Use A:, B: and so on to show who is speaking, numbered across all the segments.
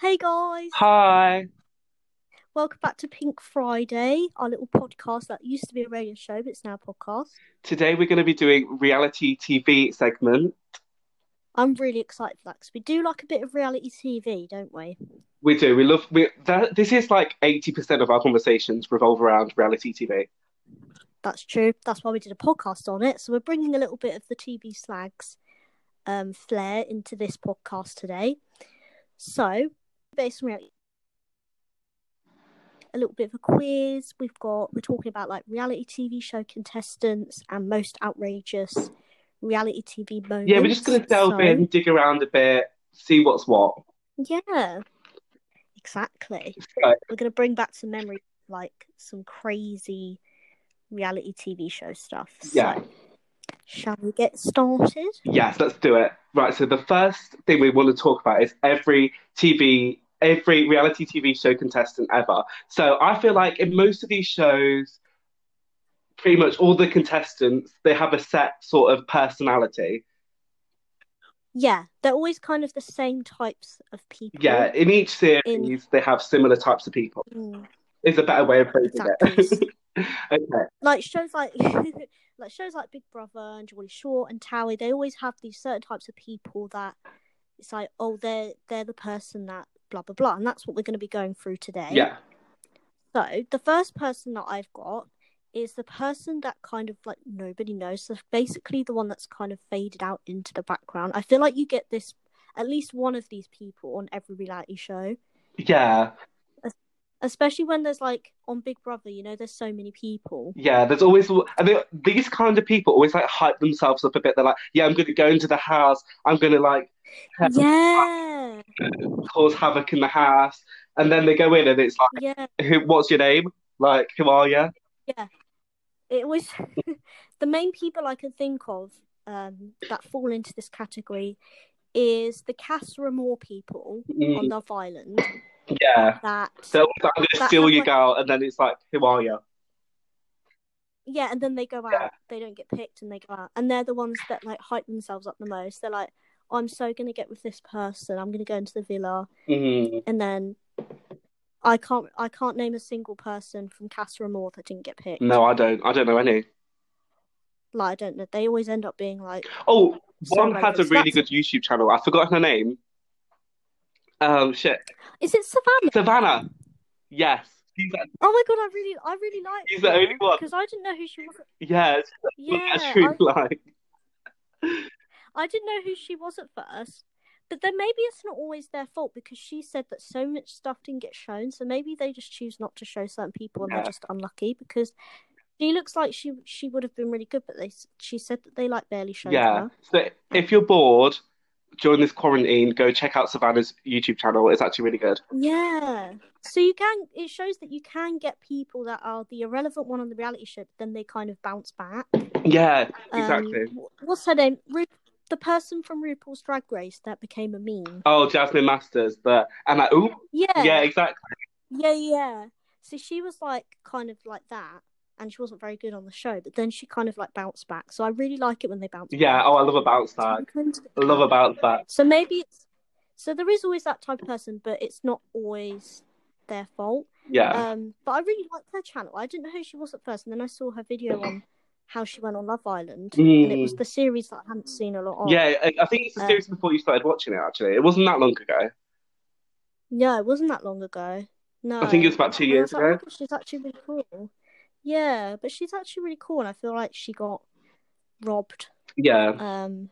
A: Hey guys,
B: Hi.
A: welcome back to Pink Friday, our little podcast that used to be a radio show but it's now a podcast.
B: Today we're going to be doing reality TV segment.
A: I'm really excited for that because we do like a bit of reality TV, don't we?
B: We do. We love. We that, this is like eighty percent of our conversations revolve around reality TV.
A: That's true. That's why we did a podcast on it. So we're bringing a little bit of the TV slags um, flair into this podcast today. So, based on reality, a little bit of a quiz. We've got we're talking about like reality TV show contestants and most outrageous reality TV moments.
B: Yeah, we're just going to delve
A: So-
B: in, dig around a bit, see what's what.
A: Yeah, exactly.
B: So,
A: We're going to bring back some memory, like some crazy reality TV show stuff.
B: Yeah.
A: So, shall we get started?
B: yes, let's do it. Right. So the first thing we want to talk about is every TV, every reality TV show contestant ever. So I feel like in most of these shows, pretty much all the contestants they have a set sort of personality.
A: Yeah, they're always kind of the same types of people.
B: Yeah, in each series
A: In-
B: they have similar types of people.
A: Mm,
B: Is a better way of phrasing
A: exactly.
B: it. okay.
A: like shows like like shows like Big Brother and Jolly Short and Towie, they always have these certain types of people that it's like, oh, they're they're the person that blah blah blah, and that's what we're going to be going through today.
B: Yeah.
A: So the first person that I've got is the person that kind of like nobody knows. So basically the one that's kind of faded out into the background. I feel like you get this at least one of these people on every reality show.
B: Yeah.
A: Especially when there's like on Big Brother, you know, there's so many people.
B: Yeah. There's always and they, these kind of people always like hype themselves up a bit. They're like, yeah, I'm gonna go into the house, I'm gonna like Yeah.
A: Yeah.
B: cause havoc in the house. And then they go in and it's like,
A: Yeah.
B: who what's your name? Like, who are you?
A: It was the main people I can think of um that fall into this category is the Cass Ramore people
B: Mm,
A: on Love Island
B: yeah.
A: that
B: They're always like, I'm gonna
A: That
B: steal
A: have,
B: your
A: like-
B: girl and then it's like, who are you?
A: Yeah, and then they go out.
B: Yeah.
A: They don't get picked, and they go out. And they're the ones that like hype themselves up the most. They're like, "I'm so gonna get with this person. I'm gonna go into the villa."
B: Mm,
A: And then I can't, I can't name a single person from Casa Amor that didn't get picked.
B: no, I don't I don't know any.
A: Like I don't know. They always end up being like,
B: Oh,
A: So
B: one has a
A: racist.
B: really
A: That's-
B: good YouTube channel. I forgot her name. Um, shit,
A: "Is it Savannah?"
B: Savannah. Yes, she's the,
A: Oh my god, I really, I really like.
B: she's the only one.
A: because I didn't know who she was.
B: Yes,
A: Yeah,
B: that's true.
A: I,
B: Like,
A: I didn't know who she was at first. But then maybe it's not always their fault because she said that so much stuff didn't get shown. So maybe they just choose not to show certain people and
B: Yeah.
A: they're just unlucky because she looks like she she would have been really good, but they s- she said that they like barely showed
B: yeah.
A: her.
B: So if you're bored during this quarantine, go check out Savannah's YouTube channel. It's actually really good.
A: Yeah. So you can it shows that you can get people that are the irrelevant one on the reality show, but then they kind of bounce back.
B: Yeah,
A: Um,
B: exactly.
A: wh- What's her name? Ru- the person from RuPaul's Drag Race that became a meme.
B: Oh, Jasmine Masters. The and like, ooh, yeah, exactly.
A: Yeah, yeah. So she was like kind of like that, and she wasn't very good on the show, but then she kind of like bounced back. So I really like it when they bounce
B: Yeah.
A: back.
B: Oh, I love a bounce back. I love a bounce back.
A: So maybe it's so there is always that type of person, but it's not always their fault.
B: Yeah.
A: Um, but I really liked her channel. I didn't know who she was at first, and then I saw her video on how she went on Love Island, and it was the series that I hadn't seen a lot of.
B: Mm. Yeah, I, I think it's the
A: Um,
B: series before you started watching it. Actually, it wasn't that long ago.
A: No, it wasn't that long ago. No.
B: I think it was about two
A: And I was
B: years
A: like, oh my
B: ago.
A: God, she's actually really cool. Yeah, but she's actually really cool, and I feel like she got robbed.
B: Yeah.
A: Um,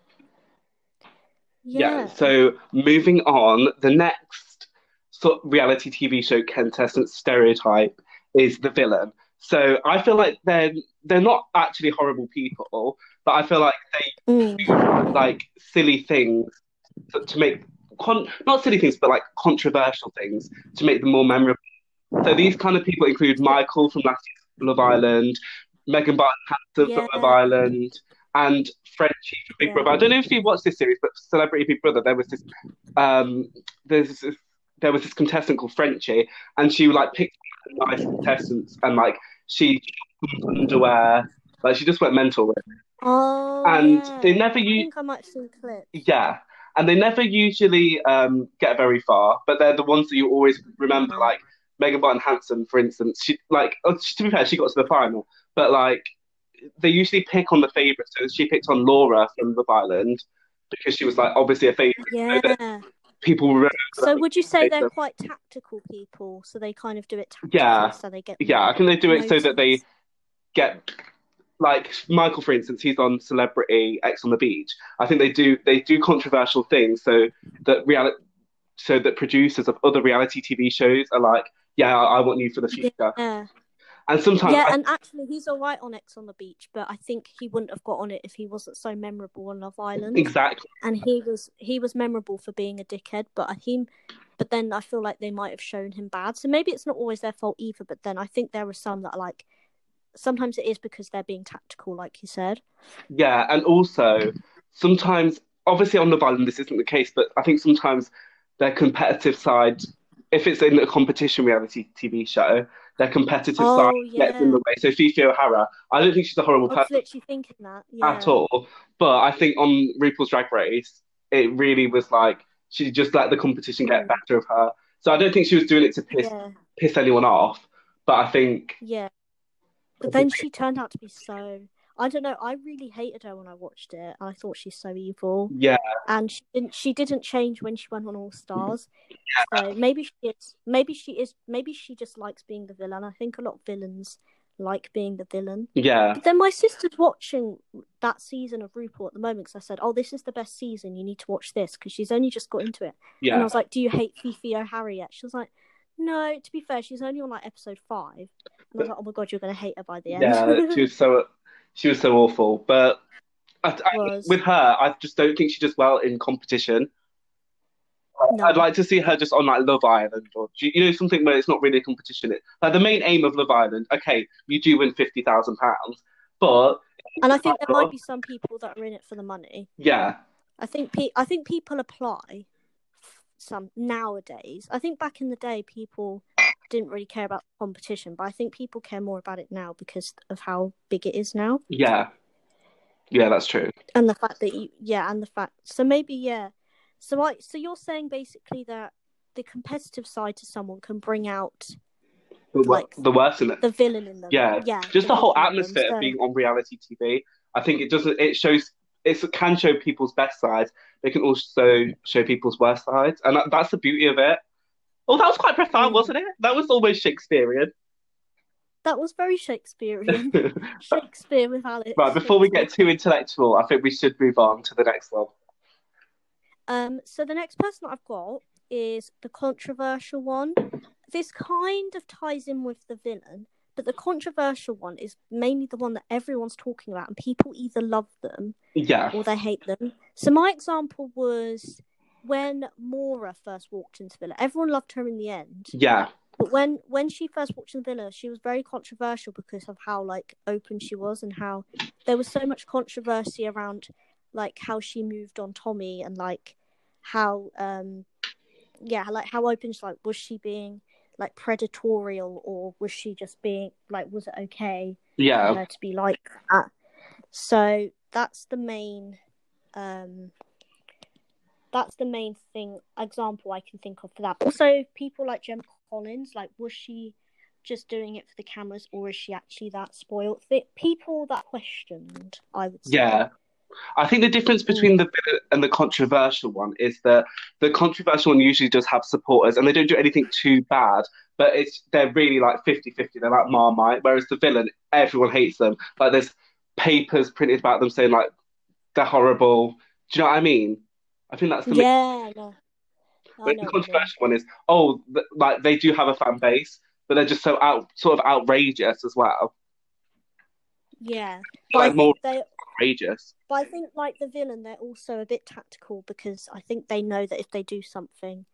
B: Yeah.
A: yeah.
B: So moving on, the next sort of reality TV show contestant stereotype is the villain. So I feel like they're they're not actually horrible people, but I feel like
A: Mm.
B: like silly things to, to make con not silly things, but like controversial things to make them more memorable. So these kind of people include Michael from last year's Love Island, Megan Barton Hanson from Love
A: Yeah.
B: Island, and Frenchie from Big
A: Yeah.
B: Brother. I don't know if you watched this series, but Celebrity Big Brother, there was this um there's this, there was this contestant called Frenchie and she like picked the nice contestants and like she underwear like she just went mental with it.
A: Oh,
B: and
A: yeah.
B: they never
A: I
B: used
A: think I might have seen a clip.
B: yeah and they never usually um, get very far, but they're the ones that you always remember. Like Megan Barton Hanson, for instance, she like oh, to be fair, she got to the final, but like they usually pick on the favourites. So she picked on Laura from Love Island because she was like obviously a favourite.
A: Yeah.
B: So people remember.
A: So
B: that.
A: would you say
B: so-
A: they're quite tactical people? So they kind of do it tactically,
B: Yeah.
A: so they get
B: yeah, I think they do it so that they
A: noticed?
B: get like Michael, for instance, he's on Celebrity X on the Beach. I think they do they do controversial things so that reality so that producers of other reality TV shows are like, yeah, I, I want you for the future.
A: Yeah,
B: And sometimes
A: yeah,
B: I
A: and actually, he's all right on X on the Beach, but I think he wouldn't have got on it if he wasn't so memorable on Love Island.
B: exactly
A: and he was he was memorable for being a dickhead but i think but then i feel like they might have shown him bad so maybe it's not always their fault either but then i think there are some that are like sometimes it is because they're being tactical like you said
B: yeah, and also sometimes obviously on Love Island this isn't the case, but I think sometimes their competitive side, if it's in a competition reality TV show, their competitive
A: Oh,
B: side gets in
A: yeah.
B: the way. So Fifi O'Hara, I don't think she's a horrible
A: i
B: person.
A: was literally thinking that yeah
B: at all. But I think on RuPaul's Drag Race, it really was like she just let the competition get
A: Mm.
B: better of her. So I don't think she was doing it to piss
A: yeah
B: piss anyone off. But I think
A: yeah but then she turned out to be so i don't know i really hated her when i watched it i thought she's so evil
B: yeah,
A: and she didn't she didn't change when she went on All Stars. So maybe she is maybe she is maybe she just likes being the villain. I think a lot of villains like being the villain.
B: yeah,
A: But then my sister's watching that season of RuPaul at the moment because I said, "Oh, this is the best season. You need to watch this" because she's only just got into it. And I
B: yeah,
A: was like, "Do you hate Fifi O'Hara yet?" She was like, "No." To be fair, she's only on like episode five. And I was like, "Oh my god, you're gonna hate her by the end."
B: yeah. she was so she was so awful. But I, I,
A: Was.
B: with her, I just don't think she does well in competition.
A: No.
B: I'd like to see her just on like Love Island or do you you know something where it's not really a competition. It, like the main aim of Love Island, okay, you do win fifty thousand pounds, but
A: and I think there might be some people that are in it for the money.
B: yeah,
A: I think pe- I think people apply some nowadays. I think back in the day people didn't really care about competition, but I think people care more about it now because of how big it is now
B: Yeah. Yeah, that's true.
A: and the fact that you yeah, and the fact so maybe yeah. So I so you're saying basically that the competitive side to someone can bring out
B: The, wor-
A: Like-
B: the worst in it.
A: the villain in them.
B: Yeah.
A: yeah.
B: Just the whole
A: villain in them.
B: atmosphere
A: So-
B: of being on reality TV. I think it doesn't it shows it's, it can show people's best sides. They can also show people's worst sides. And that, that's the beauty of it. Oh, that was quite profound,
A: Mm.
B: wasn't it? That was almost Shakespearean.
A: that was very Shakespearean.
B: right,
A: Shakespeare with Alex.
B: before we get too intellectual, I think we should move on to the next one.
A: Um, so the next person that I've got is the controversial one. This kind of ties in with the villain, but the controversial one is mainly the one that everyone's talking about, and people either love them
B: Yeah.
A: or they hate them. So my example was when Mora first walked into Villa. Everyone loved her in the end,
B: Yeah.
A: but when when she first walked into Villa, she was very controversial because of how like open she was and how there was so much controversy around like how she moved on Tommy and like how um yeah like how open she like was she being like predatorial or was she just being like was it okay for
B: Yeah.
A: her to be like that? So that's the main um that's the main thing example I can think of for that. Also, people like Gemma Collins, like was she just doing it for the cameras, or is she actually that spoiled? The people that questioned, I would say.
B: Yeah. I think the difference
A: Hmm.
B: between the villain and the controversial one is that the controversial one usually does have supporters and they don't do anything too bad, but it's they're really like 50 50. They're like Marmite, whereas the villain, everyone hates them. Like there's papers printed about them saying like they're horrible. Do you know what I mean? I think that's the main-
A: yeah, no. I know
B: but the
A: what you mean.
B: controversial one is oh, th- like they do have a fan base, but they're just so out sort of outrageous as well.
A: Yeah, but I
B: Like more
A: think they,
B: outrageous.
A: but I think like the villain, they're also a bit tactical because I think they know that if they do something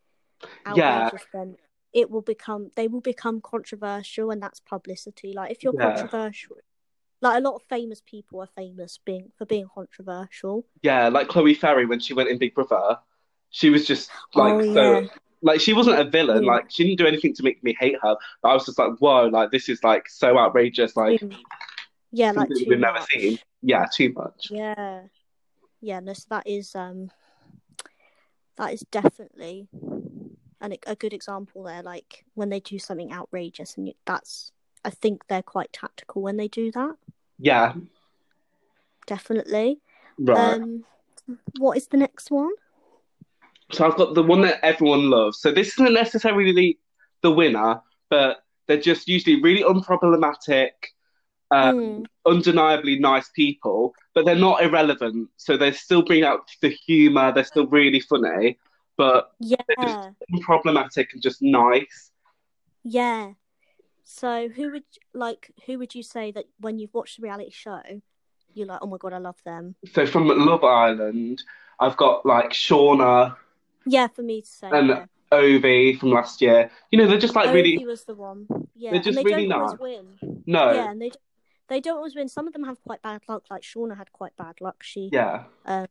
B: Yeah.
A: outrageous, then it will become they will become controversial, and that's publicity. Like if you're
B: Yeah.
A: controversial, like a lot of famous people are famous being for being controversial.
B: Yeah, like Chloe Ferry when she went in Big Brother, she was just like
A: oh
B: so
A: yeah,
B: like she wasn't a villain,
A: Yeah.
B: like she didn't do anything to make me hate her. I was just like, whoa, like this is like so outrageous, like
A: Mm. yeah, like
B: something
A: too
B: we've never
A: much.
B: seen. Yeah, too much.
A: Yeah, yeah. No, so that is um, that is definitely an, e, a good example there. Like when they do something outrageous, and you, that's I think they're quite tactical when they do that.
B: Yeah.
A: Definitely.
B: Right.
A: Um, what is the next one?
B: so I've got the one that everyone loves. So this isn't necessarily the winner, but they're just usually really unproblematic, um,
A: Hmm,
B: undeniably nice people, but they're not irrelevant. So they still bring out the humor. They're still really funny, but
A: yeah,
B: unproblematic and just nice.
A: yeah. So who would like who would you say that when you've watched the reality show, you're like, oh my god, I love them.
B: So from Love Island, I've got like Shauna,
A: Yeah, for me to say.
B: And
A: yeah.
B: Ovi from last year. You know, they're just like
A: Opie
B: really
A: was the one. Yeah,
B: they're just
A: and they
B: really
A: don't always
B: nice.
A: win.
B: no,
A: Yeah, and they don't- they don't always win. Some of them have quite bad luck. Like Shauna had quite bad luck. She
B: yeah,
A: um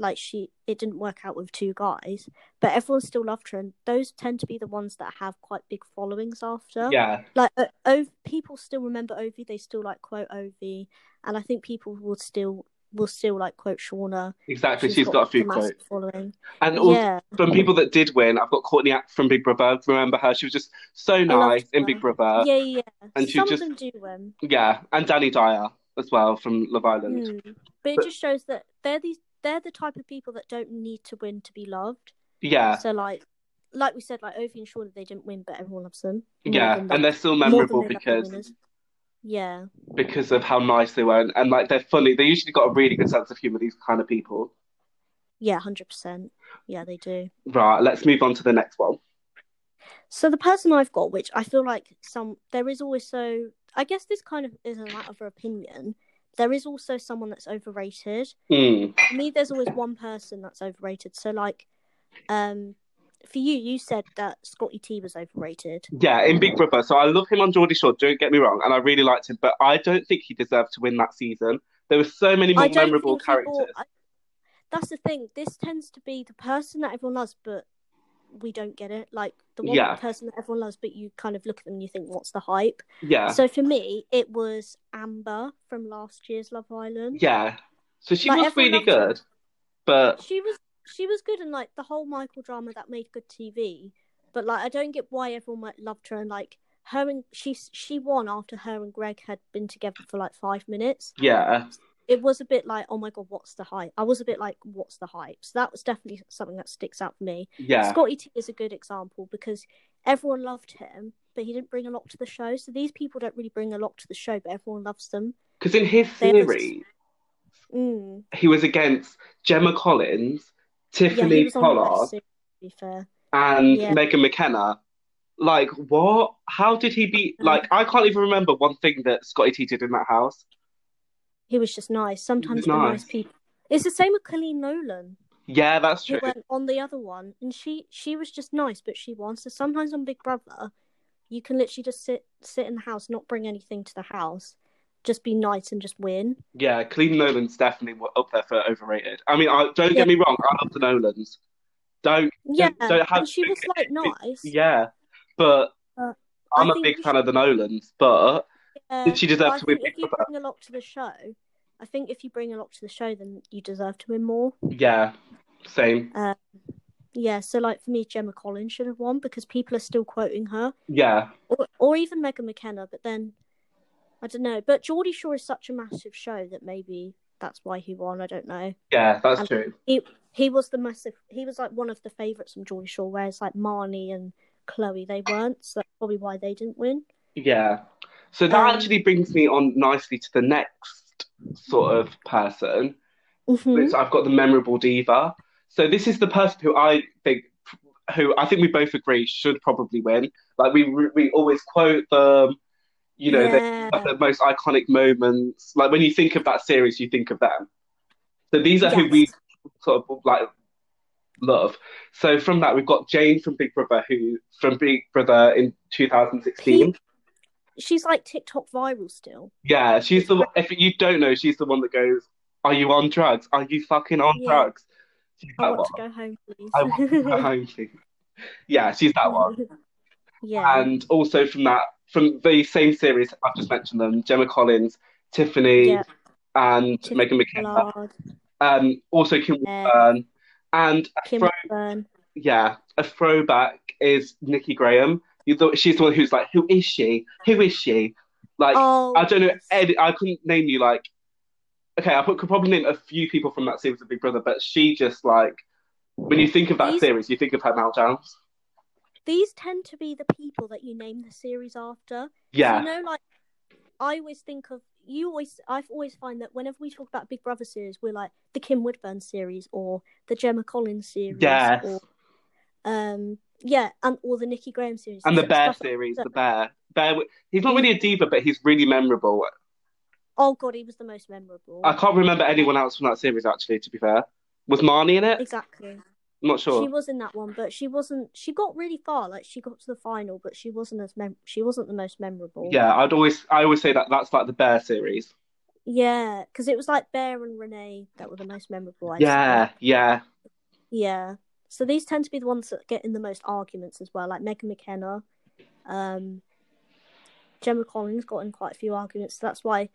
A: like she it didn't work out with two guys, but everyone still loved her, and those tend to be the ones that have quite big followings after.
B: yeah,
A: Like uh, Ov- people still remember Ovi. They still like quote Ovi, and I think people will still will still like quote Shauna.
B: exactly. She's got a few quotes,
A: massive following.
B: and also
A: yeah,
B: from people that did win, I've got Courtney Act from Big Brother. Remember her? She was just so nice in
A: her.
B: Big Brother.
A: yeah, yeah.
B: uh, and she
A: Some
B: just-
A: of them do win.
B: Yeah. and Danny Dyer as well from Love Island.
A: Mm. But it
B: But-
A: just shows that they're these they're the type of people that don't need to win to be loved.
B: Yeah,
A: So like like we said, like Ovi and Shauna, they didn't win, but everyone loves them. More
B: yeah,
A: than
B: and
A: like-
B: they're still
A: more than
B: memorable
A: they love the
B: because
A: winners. yeah,
B: because of how nice they were, and, and like they're funny. They usually got a really good sense of humor. These kind of people.
A: yeah, hundred percent. Yeah, they do.
B: Right, let's move on to the next one.
A: So the person I've got, which I feel like some there is always so I guess this kind of is a matter of opinion. There is also someone that's overrated.
B: Mm,
A: for me there's always one person that's overrated so like um for you you said that scotty t was overrated
B: Yeah, in Big Brother. So I love him on Geordie Shore. Don't get me wrong, and I really liked him, but I don't think he deserved to win that season. There were so many more
A: i don't
B: memorable
A: think he
B: characters.
A: bought, I- that's the thing this tends to be the person that everyone loves but we don't get it like the one
B: Yeah.
A: person that everyone loves but you kind of look at them and you think what's the hype
B: Yeah,
A: so for me it was amber from last year's love island
B: yeah. So she
A: Like,
B: was
A: everyone
B: really
A: loved her.
B: good, but
A: she was she was good and like the whole Michael drama that made good TV. But like I don't get why everyone like, loved her and like her and she she won after her and Greg had been together for like five minutes.
B: yeah,
A: It was a bit like oh my god what's the hype? I was a bit like what's the hype? So that was definitely something that sticks out for me.
B: yeah.
A: Scotty T is a good example because everyone loved him, but he didn't bring a lot to the show. So these people don't really bring a lot to the show, but everyone loves them.
B: Because in his
A: They always-
B: theory,
A: Mm.
B: he was against Gemma Collins,
A: Yeah,
B: Tiffany
A: he was on the
B: Pollard,
A: best suit, to be fair.
B: and
A: Yeah.
B: Megan McKenna. Like, what? How did he be?
A: Yeah.
B: Like, I can't even remember one thing that Scotty T did in that house.
A: he was just nice. Sometimes
B: nice.
A: they're nice people. It's the same with Colleen Nolan,
B: Yeah, that's
A: who
B: true.
A: went on the other one, and she she was just nice, but she won. So sometimes on Big Brother, you can literally just sit sit in the house, not bring anything to the house, just be nice and just win.
B: Yeah, Clean Nolan's definitely wa- up there for overrated. I mean, I, don't
A: Yeah.
B: get me wrong, I love the Nolans. Don't,
A: Yeah,
B: don't have-
A: and she was like nice.
B: yeah, but
A: Uh,
B: I'm
A: I
B: a
A: think
B: big
A: you
B: fan of the Nolans. But
A: Yeah,
B: did she deserve
A: I
B: to win
A: think if
B: Big
A: you
B: Brother?
A: bring a lot to the show, I think if you bring a lot to the show, then you deserve to win more.
B: yeah, same.
A: Yeah, so like for me, Gemma Collins should have won because people are still quoting her.
B: Yeah,
A: or, or even Megan McKenna, but then I don't know. But Geordie Shore is such a massive show that maybe that's why he won. I don't know.
B: yeah, that's
A: And-
B: true.
A: He he was the massive. He was like one of the favourites from Geordie Shore, whereas like Marnie and Chloe they weren't, so that's probably why they didn't win.
B: Yeah. So that
A: Um,
B: actually brings me on nicely to the next sort of person,
A: Mhm.
B: which I've got the memorable diva. So this is the person who I think, who I think we both agree should probably win. Like we we always quote them, you know, they
A: yeah.
B: have the most iconic moments. Like when you think of that series, you think of them. So these are who
A: Yes.
B: we sort of like love. So from that, we've got Jane from Big Brother, who from Big Brother in 2016.
A: Pe- she's like TikTok viral still.
B: Yeah, she's the one. If you don't know, she's the one that goes, "Are you on drugs? Are you fucking on
A: Yeah.
B: drugs?" She's
A: I
B: that
A: want
B: one.
A: to go home, please.
B: I want to go home, please. Yeah, she's that one.
A: yeah.
B: And also from that, from the same series, I've just mentioned them: Gemma Collins, Tiffany,
A: yeah.
B: and
A: Tiffany
B: Megan McKenna.
A: Blood.
B: Um, also Kim
A: Yeah.
B: Wilburn, And
A: Kim
B: Fro-
A: Byrne.
B: yeah, a throwback is Nikki Graham. You thought she's the one who's like, who is she? Who is she? Like,
A: oh,
B: I don't know. eh.
A: yes.
B: Any, I couldn't name you like. Okay, I put, could probably name a few people from that series of Big Brother, but she just like when you think of that
A: These-
B: series, you think of her meltdowns.
A: These tend to be the people that you name the series after.
B: Yeah,
A: You know, like I always think of you always. I've always find that whenever we talk about Big Brother series, we're like the Kim Woodburn series or the Gemma Collins series.
B: Yes.
A: Or, um. Yeah, and or the Nikki Graham series
B: and the Bear
A: Stuff-
B: series, the Bear. Bear. He's not really a diva, but he's really memorable.
A: Oh god, he was the most memorable.
B: I can't remember anyone else from that series actually. To be fair, was Marnie in it?
A: Exactly.
B: I'm not sure.
A: She was in that one, but she wasn't. She got really far. Like she got to the final, but she wasn't as mem- she wasn't the most memorable.
B: Yeah, I'd always I always say that that's like the Bear series.
A: Yeah, because it was like Bear and Renee that were the most memorable. I
B: Yeah, yeah,
A: think. Yeah. So these tend to be the ones that get in the most arguments as well. Like Megan McKenna, um, Gemma Collins got in quite a few arguments. So that's why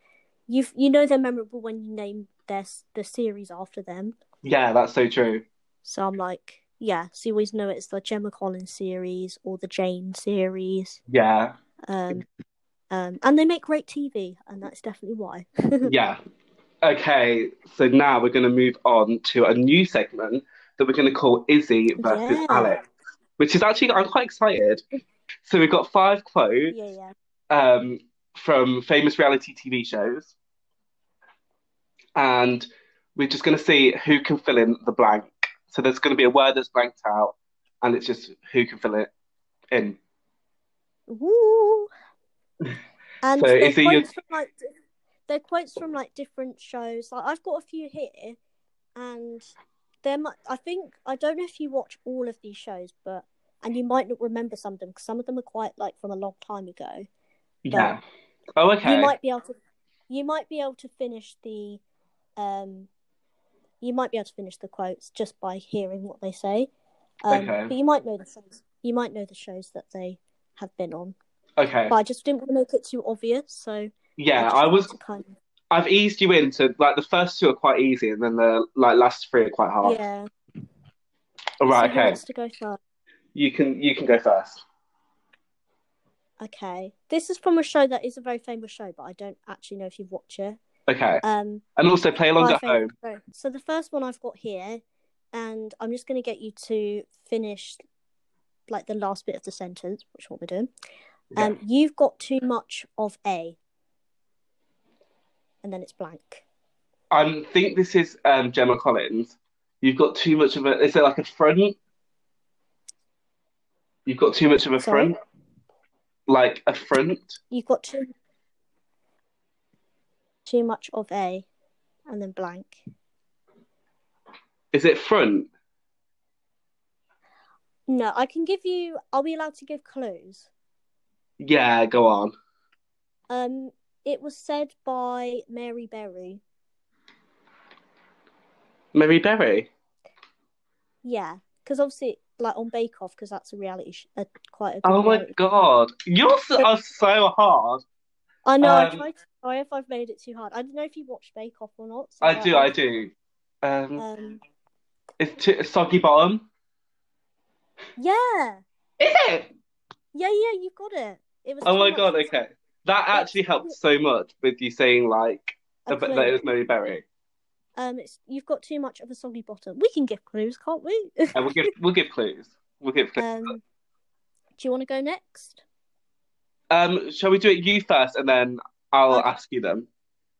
A: you you know they're memorable when you name their s- the series after them.
B: yeah. That's so true.
A: So I'm like, yeah. So you always know it's the Gemma Collins series or the Jane series.
B: Yeah,
A: Um, um, and they make great TV, and that's definitely why.
B: yeah. Okay, so now we're going to move on to a new segment that we're going to call Izzy versus
A: Yeah.
B: Alex, which is actually I'm quite excited. So we've got five quotes
A: yeah, yeah.
B: um, from famous reality TV shows, and we're just going to see who can fill in the blank. So there's going to be a word that's blanked out, and it's just who can fill it in.
A: Woo! And
B: So
A: they're
B: is it your-
A: quotes from like di- they're quotes from like different shows. Like I've got a few here, and there might I think I don't know if you watch all of these shows, but and you might not remember some of them because some of them are quite like from a long time ago.
B: Yeah. Oh, okay.
A: You might be able to you might be able to finish the um you might be able to finish the quotes just by hearing what they say. Um,
B: Okay.
A: But you might know the shows. You might know the shows that they have been on
B: Okay.
A: but I just didn't want to make it too obvious. So
B: Yeah,
A: just
B: I
A: wanted
B: was
A: to kind of-
B: I've eased you into like the first two are quite easy, and then the like last three are quite hard.
A: yeah.
B: All right,
A: so Who
B: okay.
A: wants to go first?
B: You can you can go first.
A: Okay, this is from a show that is a very famous show, but I don't actually know if you've watched it.
B: Okay,
A: Um,
B: and also play along
A: my
B: at
A: favourite
B: home.
A: show. So the first one I've got here, and I'm just going to get you to finish like the last bit of the sentence, which is what we're doing.
B: Yeah.
A: Um, you've got too much of a, and then it's blank.
B: I think this is um, Gemma Collins. You've got too much of a. Is it like a front? You've got too much of a
A: Sorry?
B: front, like a front.
A: You've got too too much of a, and then blank.
B: Is it front?
A: No, I can give you. Are we allowed to give clues?
B: Yeah, go on.
A: Um, it was said by Mary Berry.
B: Mary Berry.
A: Yeah, because obviously, like on Bake Off, because that's a reality, sh- a, quite a. Good
B: Oh my
A: reality-
B: God, you're so, are so hard.
A: I know. I
B: um,
A: tried. to- Sorry if I've made it too hard. I don't know if you watched Bake Off or not. so
B: I
A: that
B: do, I
A: was-
B: do. Um,
A: Um,
B: it's too, soggy bottom.
A: yeah,
B: Is it?
A: yeah, yeah. You got it. It was.
B: Oh
A: too
B: my
A: much
B: god,
A: of
B: okay. That actually helped so much with you saying like
A: a
B: about-
A: clue.
B: that it was Mary Berry.
A: Um, it's you've got too much of a soggy bottom. We can give clues, can't we?
B: And we'll give we'll give clues. We'll give clues.
A: um, do you want to go next?
B: Um, shall we do it you first and then I'll
A: Okay.
B: ask you them.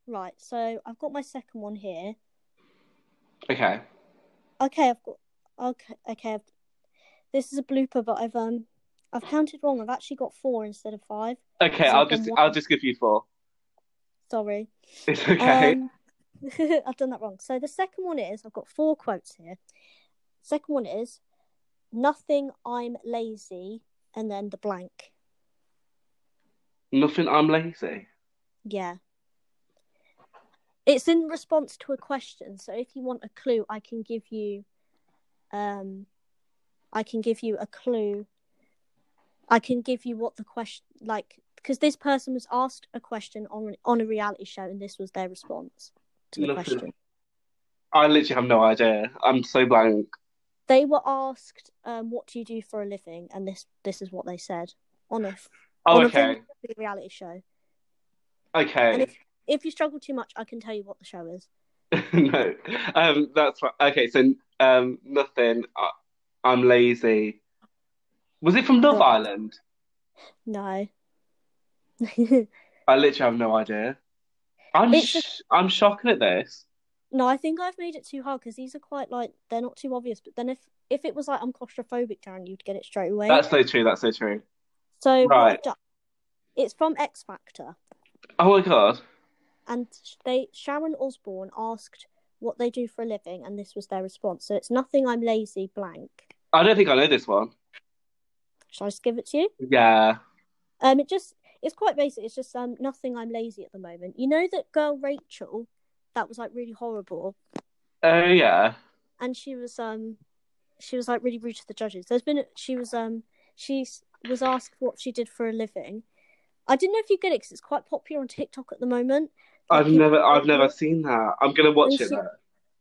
A: Right. So I've got my second one here.
B: Okay.
A: Okay, I've got. Okay, okay. I've, this is a blooper, but I've um, I've counted wrong. I've actually got four instead of five.
B: Okay,
A: So
B: I'll
A: I've done
B: just
A: one.
B: I'll just give you four.
A: Sorry.
B: It's okay.
A: Um, I've done that wrong. So the second one is I've got four quotes here. Second one is nothing. I'm lazy, and then the blank.
B: Nothing I'm lazy.
A: Yeah. It's in response to a question. So if you want a clue, I can give you um I can give you a clue. I can give you what the question like because this person was asked a question on on a reality show and this was their response to the
B: Nothing.
A: question.
B: I literally have no idea. I'm so blank.
A: they were asked, um, "What do you do for a living?" And this this is what they said on a
B: Oh,
A: on a
B: okay.
A: very reality show. And
B: Okay.
A: if if you struggle too much, I can tell you what the show is.
B: no. Um, that's right. Okay, so um, nothing. I, I'm lazy. Was it from Love
A: No.
B: Island?
A: No.
B: I literally have no idea. I'm
A: It's a-
B: sh- I'm shocked at this.
A: No, I think I've made it too hard because these are quite like they're not too obvious. But then if if it was like I'm claustrophobic, Darren, you'd get it straight away.
B: That's so true. That's so true.
A: So what
B: Right.
A: I've done- it's from X Factor,
B: Oh my god.
A: and they Sharon Osbourne asked what they do for a living, and this was their response. So it's nothing. I'm lazy. Blank.
B: I don't think I know this one.
A: Shall I just give it to you?
B: Yeah.
A: Um, it just it's quite basic. It's just um nothing. I'm lazy at the moment. You know that girl Rachel, that was like really horrible,
B: Oh yeah.
A: and she was um she was like really rude to the judges. There's been she was um she s- was asked what she did for a living. I didn't know if you get it because it's quite popular on TikTok at the moment.
B: I've
A: People-
B: never I've never seen that. I'm gonna watch
A: And
B: it
A: she-
B: now.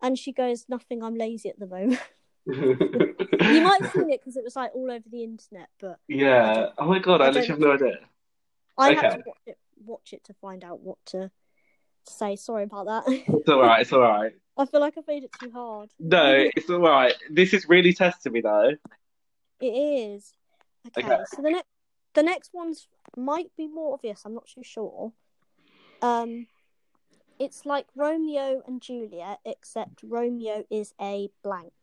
A: And she goes, "Nothing. I'm lazy at the moment." you might have seen it because it was like all over the internet, but I
B: Yeah.
A: don't-
B: Oh my god,
A: I
B: I literally
A: don't-
B: have no idea.
A: I had
B: Okay.
A: to watch it watch it to find out what to say. Sorry about that.
B: It's alright, it's alright.
A: I feel like I've made it too hard.
B: No, it's alright. This is really testing me though.
A: It is. Okay,
B: Okay.
A: so the next the next one's might be more obvious, I'm not too sure. Um it's like Romeo and Juliet, except Romeo is a blank.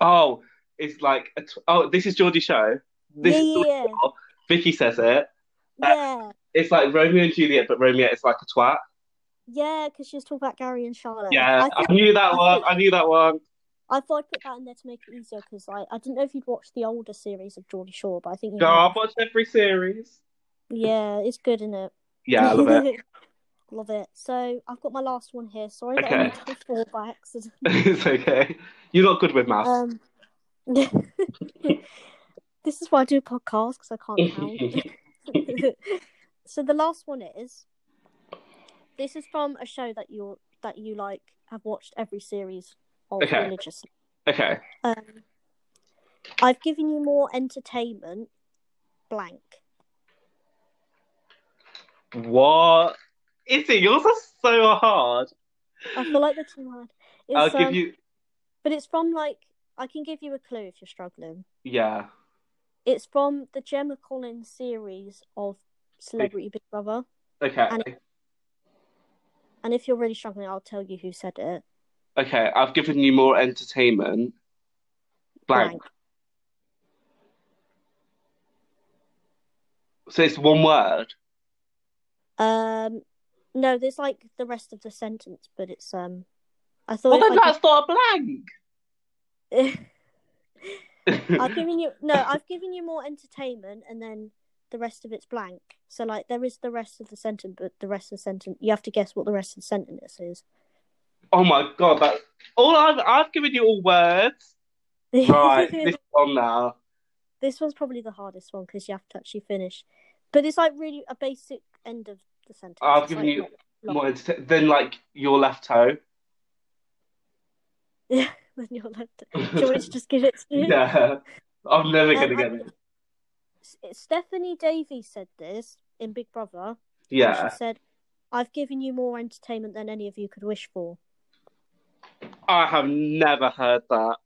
B: Oh, it's like a tw- oh, this is Geordie show. This
A: yeah,
B: is
A: yeah, yeah.
B: Vicky says it.
A: yeah.
B: It's like Romeo and Juliet, but Romeo is like a twat.
A: Yeah, because she was talking about Gary and Charlotte.
B: Yeah,
A: I,
B: I,
A: think,
B: knew that
A: I
B: one.
A: think-
B: I knew that one.
A: I thought I'd put that in there to make it easier because I, I didn't know if you'd watched the older series of Geordie Shore, but I think you
B: No,
A: have.
B: I've watched every series.
A: Yeah, it's good, isn't it?
B: Yeah, I love it.
A: Love it. So I've got my last one here. Sorry that I
B: Okay.
A: made it before by accident.
B: it's okay. You're not good with maths.
A: Um, this is why I do a podcast because I can't count. so the last one is this is from a show that you're that you like have watched every series of
B: Okay.
A: religiously.
B: okay.
A: Um, I've given you more entertainment. Blank.
B: What is it? Yours are so hard.
A: I feel like they're too hard. It's,
B: I'll give
A: um,
B: you.
A: But it's from like I can give you a clue if you're struggling.
B: Yeah.
A: It's from the Gemma Collins series of Celebrity Big Brother.
B: Okay.
A: And- And if you're really struggling, I'll tell you who said it.
B: Okay. I've given you more entertainment. Blank. So it's one word.
A: Um, no, there's like the rest of the sentence, but it's um, I
B: Well,
A: thought
B: then
A: if I
B: that's not a
A: could... I've
B: blank.
A: given you no, I've given you more entertainment, and then the rest of it's blank. So like there is the rest of the sentence, but the rest of the sentence you have to guess what the rest of the sentence is.
B: oh my god! That all I've I've given you all words. Right. this one now.
A: This one's probably the hardest one because you have to actually finish. But it's like really a basic end of the sentence.
B: I've
A: It's,
B: given
A: like,
B: you
A: not long.
B: More enter- then like your left toe.
A: Then you're left. Do you want me to just give it to you?
B: yeah. I'm never
A: Um,
B: gonna
A: I-
B: get it.
A: S- Stephanie Davies said this in Big Brother.
B: Yeah.
A: She said, I've given you more entertainment than any of you could wish for.
B: I have never heard that.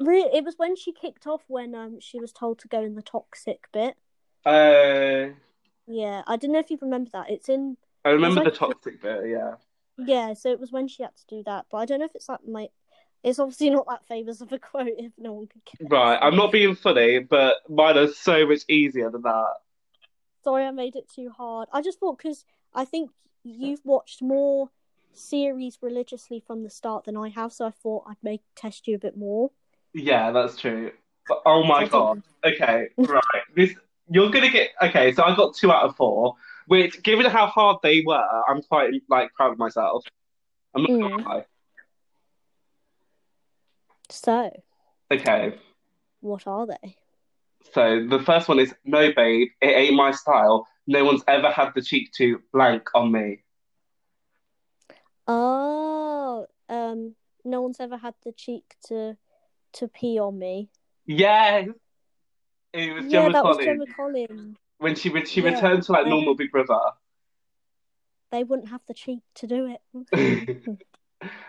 A: Really, it was when she kicked off when um she was told to go in the toxic bit.
B: Uh,
A: Yeah, I don't know if you remember that. It's in
B: I remember
A: like-
B: the toxic bit. Yeah.
A: yeah, so it was when she had to do that, but I don't know if it's like my. It's obviously not that famous of a quote if no one could get.
B: Right. I'm not being funny, but mine are so much easier than that.
A: Sorry, I made it too hard. I just thought because I think you've watched more series religiously from the start than I have, so I thought I'd make test you a bit more.
B: Yeah, that's true. But, oh my
A: Okay.
B: god. Okay, right. This you're gonna get. Okay, so I got two out of four, which, given how hard they were, I'm quite like proud of myself. I'm not
A: Mm.
B: gonna lie.
A: So,
B: Okay,
A: what are they?
B: so the first one is no, babe, it ain't my style. No one's ever had the cheek to blank on me.
A: Oh, um, no one's ever had the cheek to to pee on me.
B: Yes. It was
A: yeah,
B: Gemma
A: that was
B: Collins.
A: Gemma Collins.
B: When she re- she
A: Yeah.
B: returned to like normal Big Brother.
A: They wouldn't have the cheek to do it.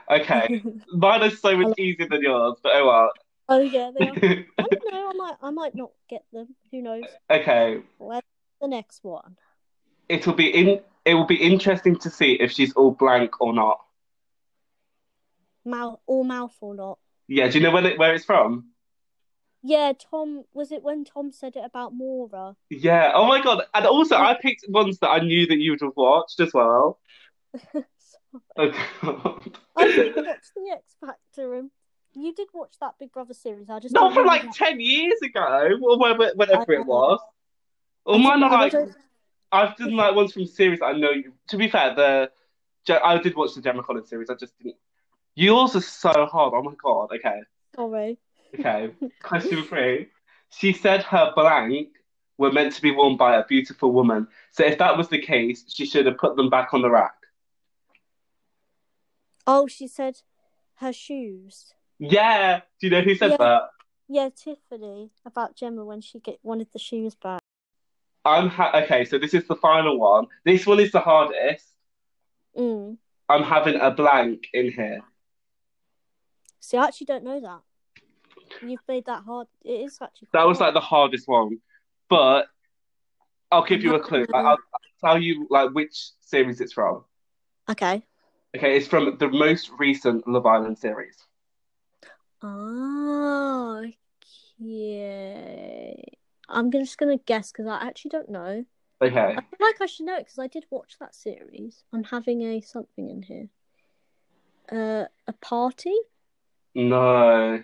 B: okay. Mine is so much easier than yours, but oh well.
A: oh yeah, they are. I don't know. I might, I might not get them. Who knows?
B: okay.
A: Where's the next one?
B: It'll be in it will be interesting to see if she's all blank or not.
A: Mouth, all mouth or not?
B: Yeah, do you know where it, where it's from?
A: Yeah, Tom. Was it when Tom said it about Mora?
B: Yeah. Oh my god. And also I picked ones that I knew that you would have watched as well. Oh god.
A: I did watch the X Factor, and you did watch that Big Brother series. I just don't
B: Not from
A: remember
B: like ten years ago, or whenever, whenever
A: I-
B: it was. Or mine are
A: I
B: like
A: don't-
B: I've done like ones from series I know. You, to be fair, the Je- I did watch the Gemma Collins series. I just didn't. Yours is so hard. Oh my god. Okay.
A: Sorry.
B: Okay. Question three. She said her blank were meant to be worn by a beautiful woman. So if that was the case, she should have put them back on the rack.
A: Oh, she said her shoes.
B: Yeah. Do you know who said
A: Yeah.
B: that?
A: Yeah, Tiffany about Gemma when she get wanted the shoes back.
B: I'm ha- okay. So this is the final one. This one is the hardest.
A: Mm.
B: I'm having a blank in here.
A: See, I actually don't know that. You've made that hard. It is actually.
B: That
A: quite
B: was like
A: hard.
B: the hardest one, but I'll give you a clue. Like, I'll, I'll tell you like which series it's from.
A: Okay.
B: Okay, it's from the most recent Love Island series.
A: Oh, okay. I'm gonna- just gonna guess because I actually don't know.
B: Okay,
A: I feel like I should know it because I did watch that series. I'm having a something in here. Uh, a party?
B: no,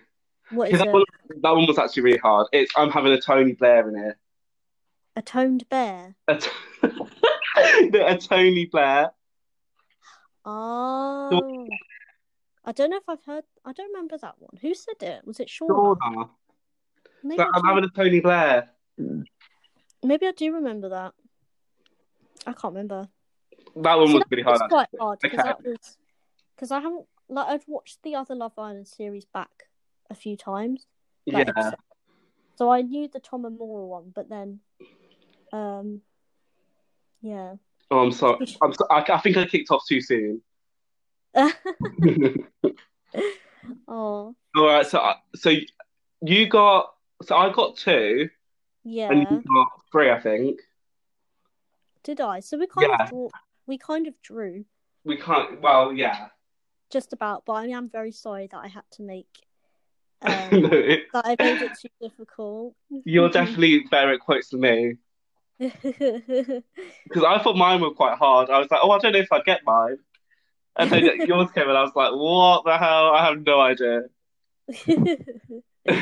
A: What
B: 'Cause
A: is
B: that
A: it?
B: one, that one was actually really hard. It's I'm having a Tony Blair in here.
A: A toned bear.
B: A, t- No, a Tony Blair.
A: Oh. I don't know if I've heard. I don't remember that one. Who said it? Was it Sean?
B: Shauna.
A: Maybe,
B: So
A: I
B: I'm
A: do-
B: having a Tony Blair.
A: maybe I do remember that. I can't remember.
B: That one
A: See,
B: was
A: that
B: really hard.
A: It's quite
B: actually.
A: hard because
B: Okay.
A: that was because I haven't like I've watched the other Love Island series back a few times. Like,
B: Yeah.
A: so- So I knew the Tom and Mora one, but then, um, yeah.
B: Oh, I'm sorry. I'm so- I, I think I kicked off too soon.
A: oh
B: All right. So I- so you got so I got two and
A: yeah.
B: you got three. I think
A: Did I? So we kind
B: Yeah.
A: of drew, we kind of drew
B: we can't. Well, yeah.
A: just about, but I am very sorry that I had to make um,
B: No, it-
A: that I made it too difficult.
B: You're definitely better at quotes than me because I thought mine were quite hard. I was like, oh, I don't know if I get mine. And then yours came and I was like, what the hell? I have no idea.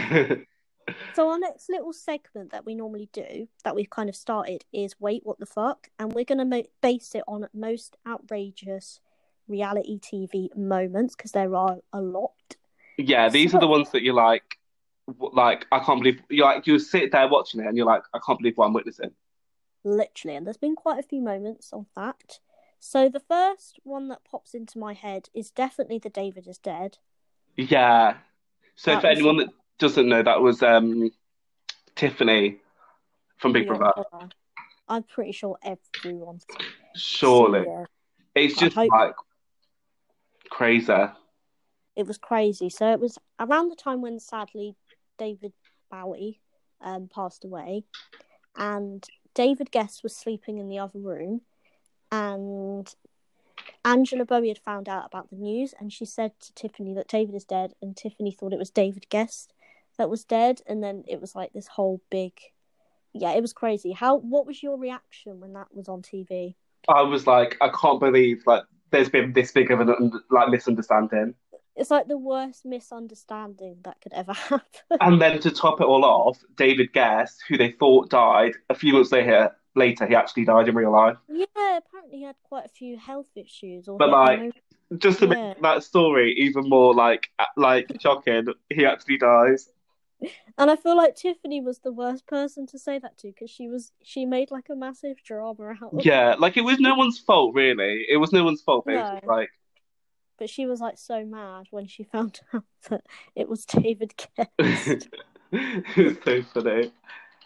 A: so our next little segment that we normally do, that we've kind of started, is wait, what the fuck? And we're gonna mo- base it on most outrageous reality TV moments because there are a lot.
B: yeah, these are the ones that you're like, w- like I can't believe you like you sit there watching it and you're like, I can't believe what I'm witnessing.
A: literally and there's been quite a few moments of that so the first one that pops into my head is definitely the david is dead
B: Yeah. So
A: That
B: for
A: was-
B: anyone that doesn't know, that was um Tiffany from Big
A: Beyond
B: Brother.
A: Horror. i'm pretty sure everyone's seen
B: Surely.
A: it.
B: It's
A: I
B: just
A: hope-
B: like crazy.
A: it was crazy so it was around the time when sadly david bowie um, passed away and david guest was sleeping in the other room and Angela Bowie had found out about the news and she said to Tiffany that David is dead and Tiffany thought it was David Guest that was dead and then it was like this whole big yeah it was crazy how what was your reaction when that was on TV
B: I was like, I can't believe like there's been this big of an un- like misunderstanding.
A: it's like the worst misunderstanding that could ever happen
B: And then to top it all off, David Guest, who they thought died a few months later, later he actually died in real life.
A: yeah apparently he had quite a few health issues or
B: But,
A: he
B: like,
A: had
B: Just to
A: Yeah.
B: make that story even more like like shocking, he actually dies.
A: And I feel like Tiffany was the worst person to say that to because she was she made like a massive drama out of
B: Yeah, like it was no one's fault really. It was no one's fault, but it was
A: No.
B: just like
A: But she was like so mad when she found out that it was David Guest.
B: it's so funny.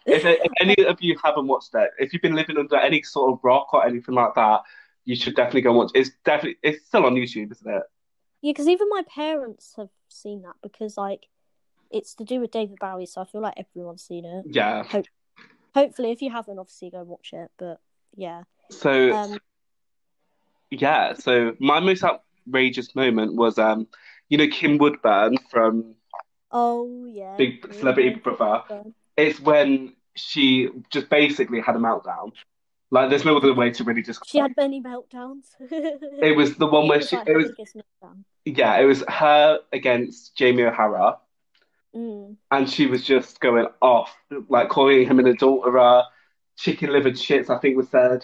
B: If, if any of you haven't watched it, if you've been living under any sort of rock or anything like that, you should definitely go watch. It's definitely it's still on YouTube, isn't it?
A: Yeah, because even my parents have seen that because like it's to do with David Bowie, so I feel like everyone's seen it.
B: Yeah.
A: Hope- hopefully, if you haven't, obviously go watch it. But yeah,
B: So
A: um,
B: yeah, so my most outrageous moment was um, you know Kim Woodburn from
A: oh yeah,
B: Big
A: yeah.
B: Celebrity Brother. It's when she just basically had a meltdown. Like there's no other way to really describe.
A: She had many meltdowns.
B: it was the one where she
A: like
B: it
A: her
B: was
A: biggest meltdown.
B: yeah it was her against Jamie O'Hara.
A: Mm.
B: and she was just going off, like calling him an adulterer, chicken livered shits. I think was said.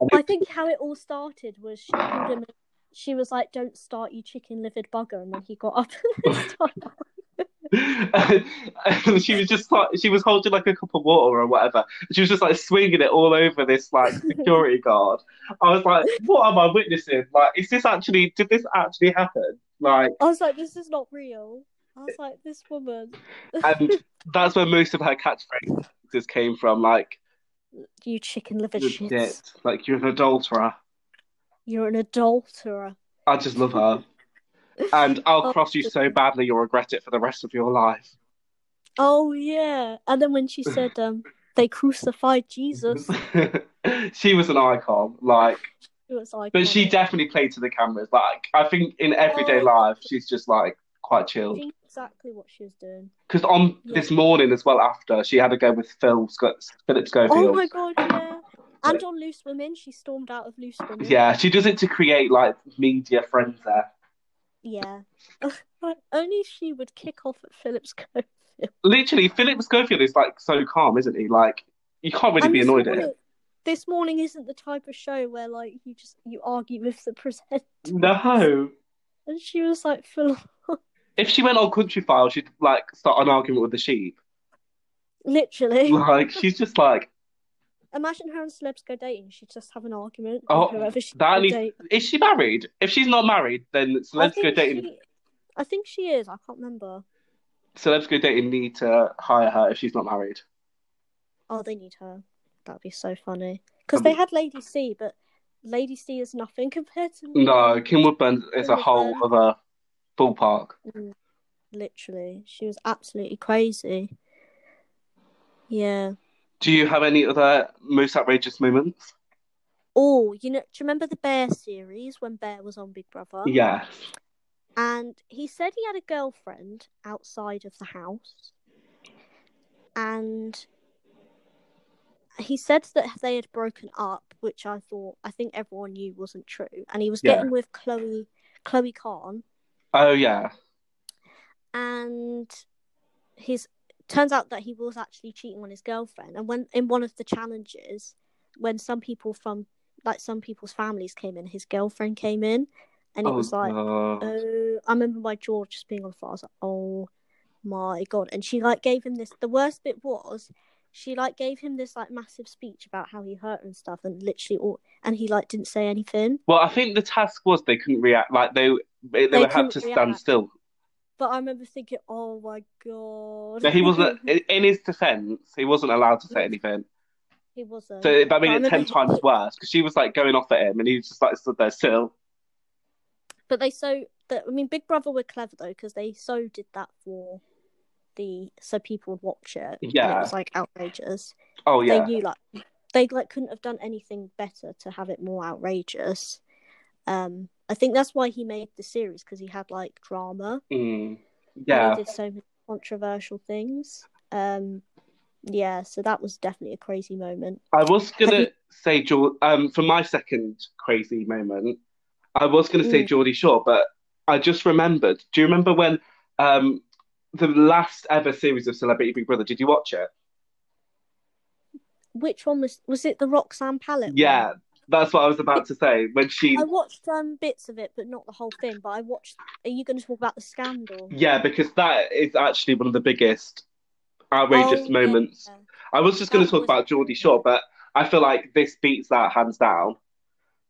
B: And
A: I think how it all started was she called him. She was like, "Don't start, you chicken livered bugger," and then he got up and started.
B: it- and she was just like she was holding like a cup of water or whatever. She was just like swinging it all over this like security guard. I was like, what am I witnessing? Like, is this actually? Did this actually happen? Like,
A: I was like, "This is not real." I was like, "This woman,
B: and that's where most of her catchphrases came from. Like,
A: you chicken livered
B: "You're
A: shits,
B: shit. like you're an adulterer.
A: you're an adulterer."
B: I just love her. And I'll
A: Oh,
B: cross you so badly you'll regret it for the rest of your life.
A: Oh yeah, and then when she said, um, "They crucified Jesus,"
B: she was an icon, like,
A: it was like,
B: but she definitely played to the cameras. Like, I think in everyday
A: Oh.
B: life, she's just like quite
A: I
B: chilled.
A: think exactly what she was doing.
B: Because on
A: Yeah.
B: this morning as well, after she had a go with Phil Sc- Philip Schofield.
A: Oh my god, yeah. And on Loose Women, she stormed out of Loose Women.
B: Yeah, she does it to create like media friends there.
A: Yeah. Like, Only she would kick off at Phillips Co.
B: Literally, Philip Schofield is like so calm, isn't he? Like, you can't really
A: And
B: be
A: this
B: annoyed at him.
A: morning- This morning isn't the type of show where like you just you argue with the presenter.
B: No.
A: And she was like full on-
B: If she went on Country File, she'd like start an argument with the sheep.
A: literally.
B: Like, she's just like,
A: Imagine her and celebs go dating. She'd just have an argument.
B: Oh,
A: with whoever she
B: that
A: would
B: needs-
A: date.
B: is she married? If she's not married, then
A: I
B: celebs go
A: think
B: dating.
A: she- I think she is. I can't remember.
B: Celebs go dating need to hire her if she's not married.
A: Oh, they need her. That'd be so funny. Because
B: That'd
A: they
B: be-
A: had Lady C, but Lady C is nothing compared to
B: No, Kim Woodburn is a whole other ballpark.
A: Mm, Literally, she was absolutely crazy. Yeah.
B: Do you have any other most outrageous moments?
A: Oh, you know, do you remember the Bear series when Bear was on Big Brother?
B: Yes.
A: And he said he had a girlfriend outside of the house. And he said that they had broken up, which I thought I think everyone knew wasn't true. And he was
B: Yeah.
A: getting with Chloe Chloe Khan.
B: Oh yeah.
A: and his turns out that he was actually cheating on his girlfriend and when in one of the challenges when some people from like some people's families came in his girlfriend came in and it
B: oh,
A: was like
B: God.
A: oh i remember my jaw just being on the floor i was like oh my god and she like gave him this the worst bit was she like gave him this like massive speech about how he hurt her and stuff and literally all and he like didn't say anything
B: Well, I think the task was they couldn't react. Like they they,
A: They
B: were had
A: couldn't
B: to stand
A: react.
B: still.
A: but i remember thinking oh my god
B: No, he wasn't. in in his defense, he wasn't allowed to say anything.
A: he wasn't
B: So that
A: But I
B: made it ten
A: remember he-
B: times worse because she was like going off at him, and he was just like stood there still.
A: But they so that I mean, Big Brother were clever though because they so did that for the so people would watch it. and
B: Yeah.
A: it was like outrageous.
B: Oh yeah.
A: They knew like they like couldn't have done anything better to have it more outrageous. Um, I think that's why he made the series because he had like drama.
B: Mm.
A: and
B: Yeah.
A: he did so many controversial things. Um, yeah, so that was definitely a crazy moment.
B: I was gonna
A: you-
B: say Geordie, um for my second crazy moment, I was gonna say
A: Mm.
B: Geordie Shore, but I just remembered. Do you remember when um the last ever series of Celebrity Big Brother, did you watch it?
A: Which one was was it? The Roxanne Palette? one?
B: Yeah, that's what I was about to say. When she
A: I watched um bits of it, but not the whole thing. But I watched. Are you going to talk about the scandal?
B: Yeah, because that is actually one of the biggest outrageous
A: Oh,
B: moments.
A: yeah.
B: I was just gonna
A: That
B: talk
A: was-
B: about Geordie Shore, but I feel like this beats that hands down.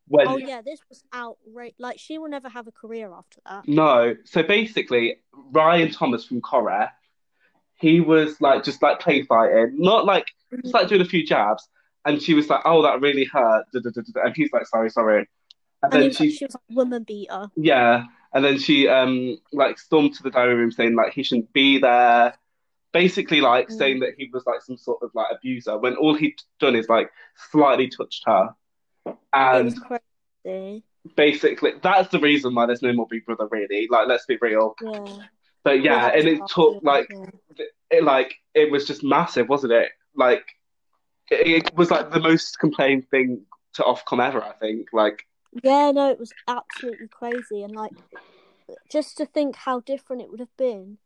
B: when
A: Oh yeah, this was outrage. Like she will never have a career after that.
B: No. So basically, Ryan Thomas from Cora, he was like just like play fighting, not like just like doing a few jabs. And she was like, "Oh, that really hurt." da, da, da, da, da. And he's like, "Sorry, sorry." And
A: And
B: then
A: in fact,
B: she,
A: she was like woman beater.
B: yeah, and then she um like stormed to the diary room saying like he shouldn't be there, basically like
A: Mm.
B: saying that he was like some sort of like abuser when all he'd done is like slightly touched her.
A: it
B: And
A: was crazy.
B: basically, that's the reason why there's no more Big Brother, really. Like, let's be real.
A: Yeah.
B: But yeah,
A: that
B: and
A: was
B: it
A: after,
B: took like
A: yeah.
B: it like it was just massive, wasn't it? Like it, it was like the most complained thing to Ofcom ever, I think. Like
A: Yeah, no, it was absolutely crazy, and like, just to think how different it would have been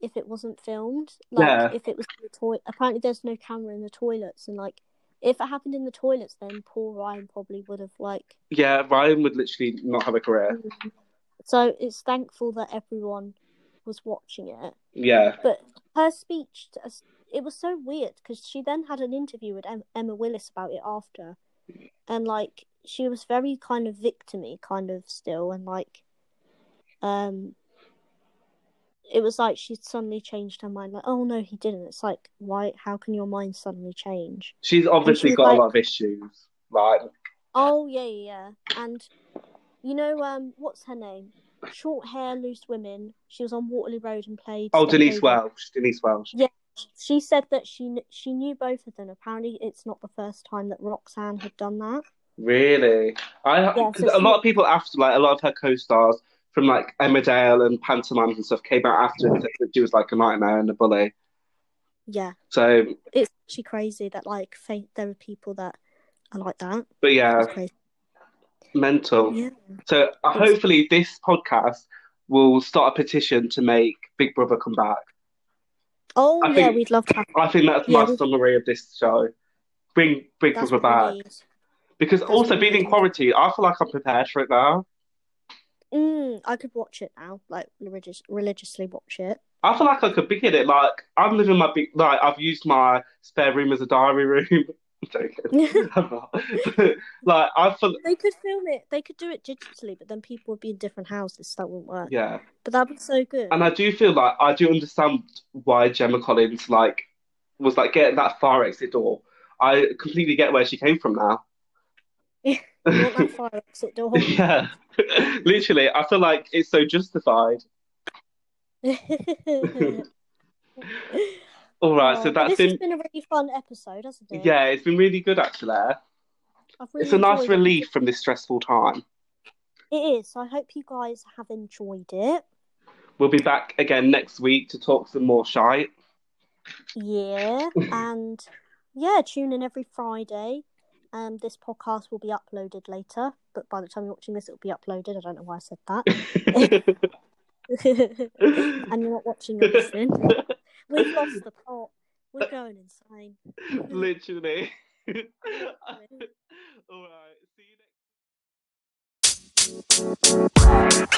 A: if it wasn't filmed. Like,
B: Yeah.
A: if it was in the toilet. Apparently, there's no camera in the toilets, and like, if it happened in the toilets, then poor Ryan probably would have like.
B: yeah, Ryan would literally not have a career.
A: So it's thankful that everyone was watching it.
B: Yeah.
A: But her speech, to us- it was so weird because she then had an interview with Em- Emma Willis about it after, and like she was very kind of victimy, kind of still, and like, um, it was like she suddenly changed her mind. Like, oh no, he didn't. It's like, why? How can your mind suddenly change?
B: She's obviously
A: was
B: got
A: like-
B: a lot of issues. Like
A: Oh yeah, yeah, yeah. And you know, um, what's her name? Short hair, loose women. She was on Waterloo Road and played.
B: oh
A: Step
B: Denise
A: Lady.
B: Welsh. Denise Welsh.
A: she said that she kn- she knew both of them. Apparently, it's not the first time that Roxanne had done that.
B: Really? I
A: Yeah, so
B: because a
A: she-
B: lot of people after like a lot of her co stars from like Emmerdale and pantomimes and stuff came out after and said that she was like a nightmare and a bully.
A: Yeah,
B: So
A: it's actually crazy that like fa- there are people that are like that.
B: but yeah,
A: It's crazy.
B: mental.
A: Yeah.
B: So uh, hopefully this podcast will start a petition to make Big Brother come back.
A: Oh
B: I
A: yeah,
B: think-
A: we'd love to have
B: I think that's
A: Yeah,
B: my
A: we-
B: summary of this show. Bring Big
A: that's what
B: Brother back.
A: we need.
B: Because
A: That's
B: also
A: what we
B: being in
A: need.
B: quarantine, I feel like I'm prepared for it now.
A: Mm, I could watch it now, like religious, religiously watch it.
B: I feel like I could be in it. Like I'm living my big like I've used my spare room as a diary room. I'm joking. I'm not. like I feel
A: They could film it. They could do it digitally, but then people would be in different houses. So that wouldn't work.
B: yeah.
A: But that'd be so good.
B: And I do feel like I do understand why Gemma Collins like was like getting that far exit door. I completely get where she came from now.
A: You want that fire exit door?
B: yeah. Literally, I feel like it's so justified. All right, Uh, so
A: Oh, but
B: that's
A: this
B: been
A: has been a really fun episode, hasn't it?
B: yeah, it's been really good actually.
A: I've really
B: It's a nice
A: enjoyed it.
B: relief from this stressful time.
A: It is. So I hope you guys have enjoyed it.
B: We'll be back again next week to talk some more shite.
A: Yeah. and yeah, tune in every Friday. Um, this podcast will be uploaded later, but by the time you're watching this, it'll be uploaded. I don't know why I said that. and you're not watching, you're listening. We've lost the plot. We're going insane.
B: Literally. All right. See you next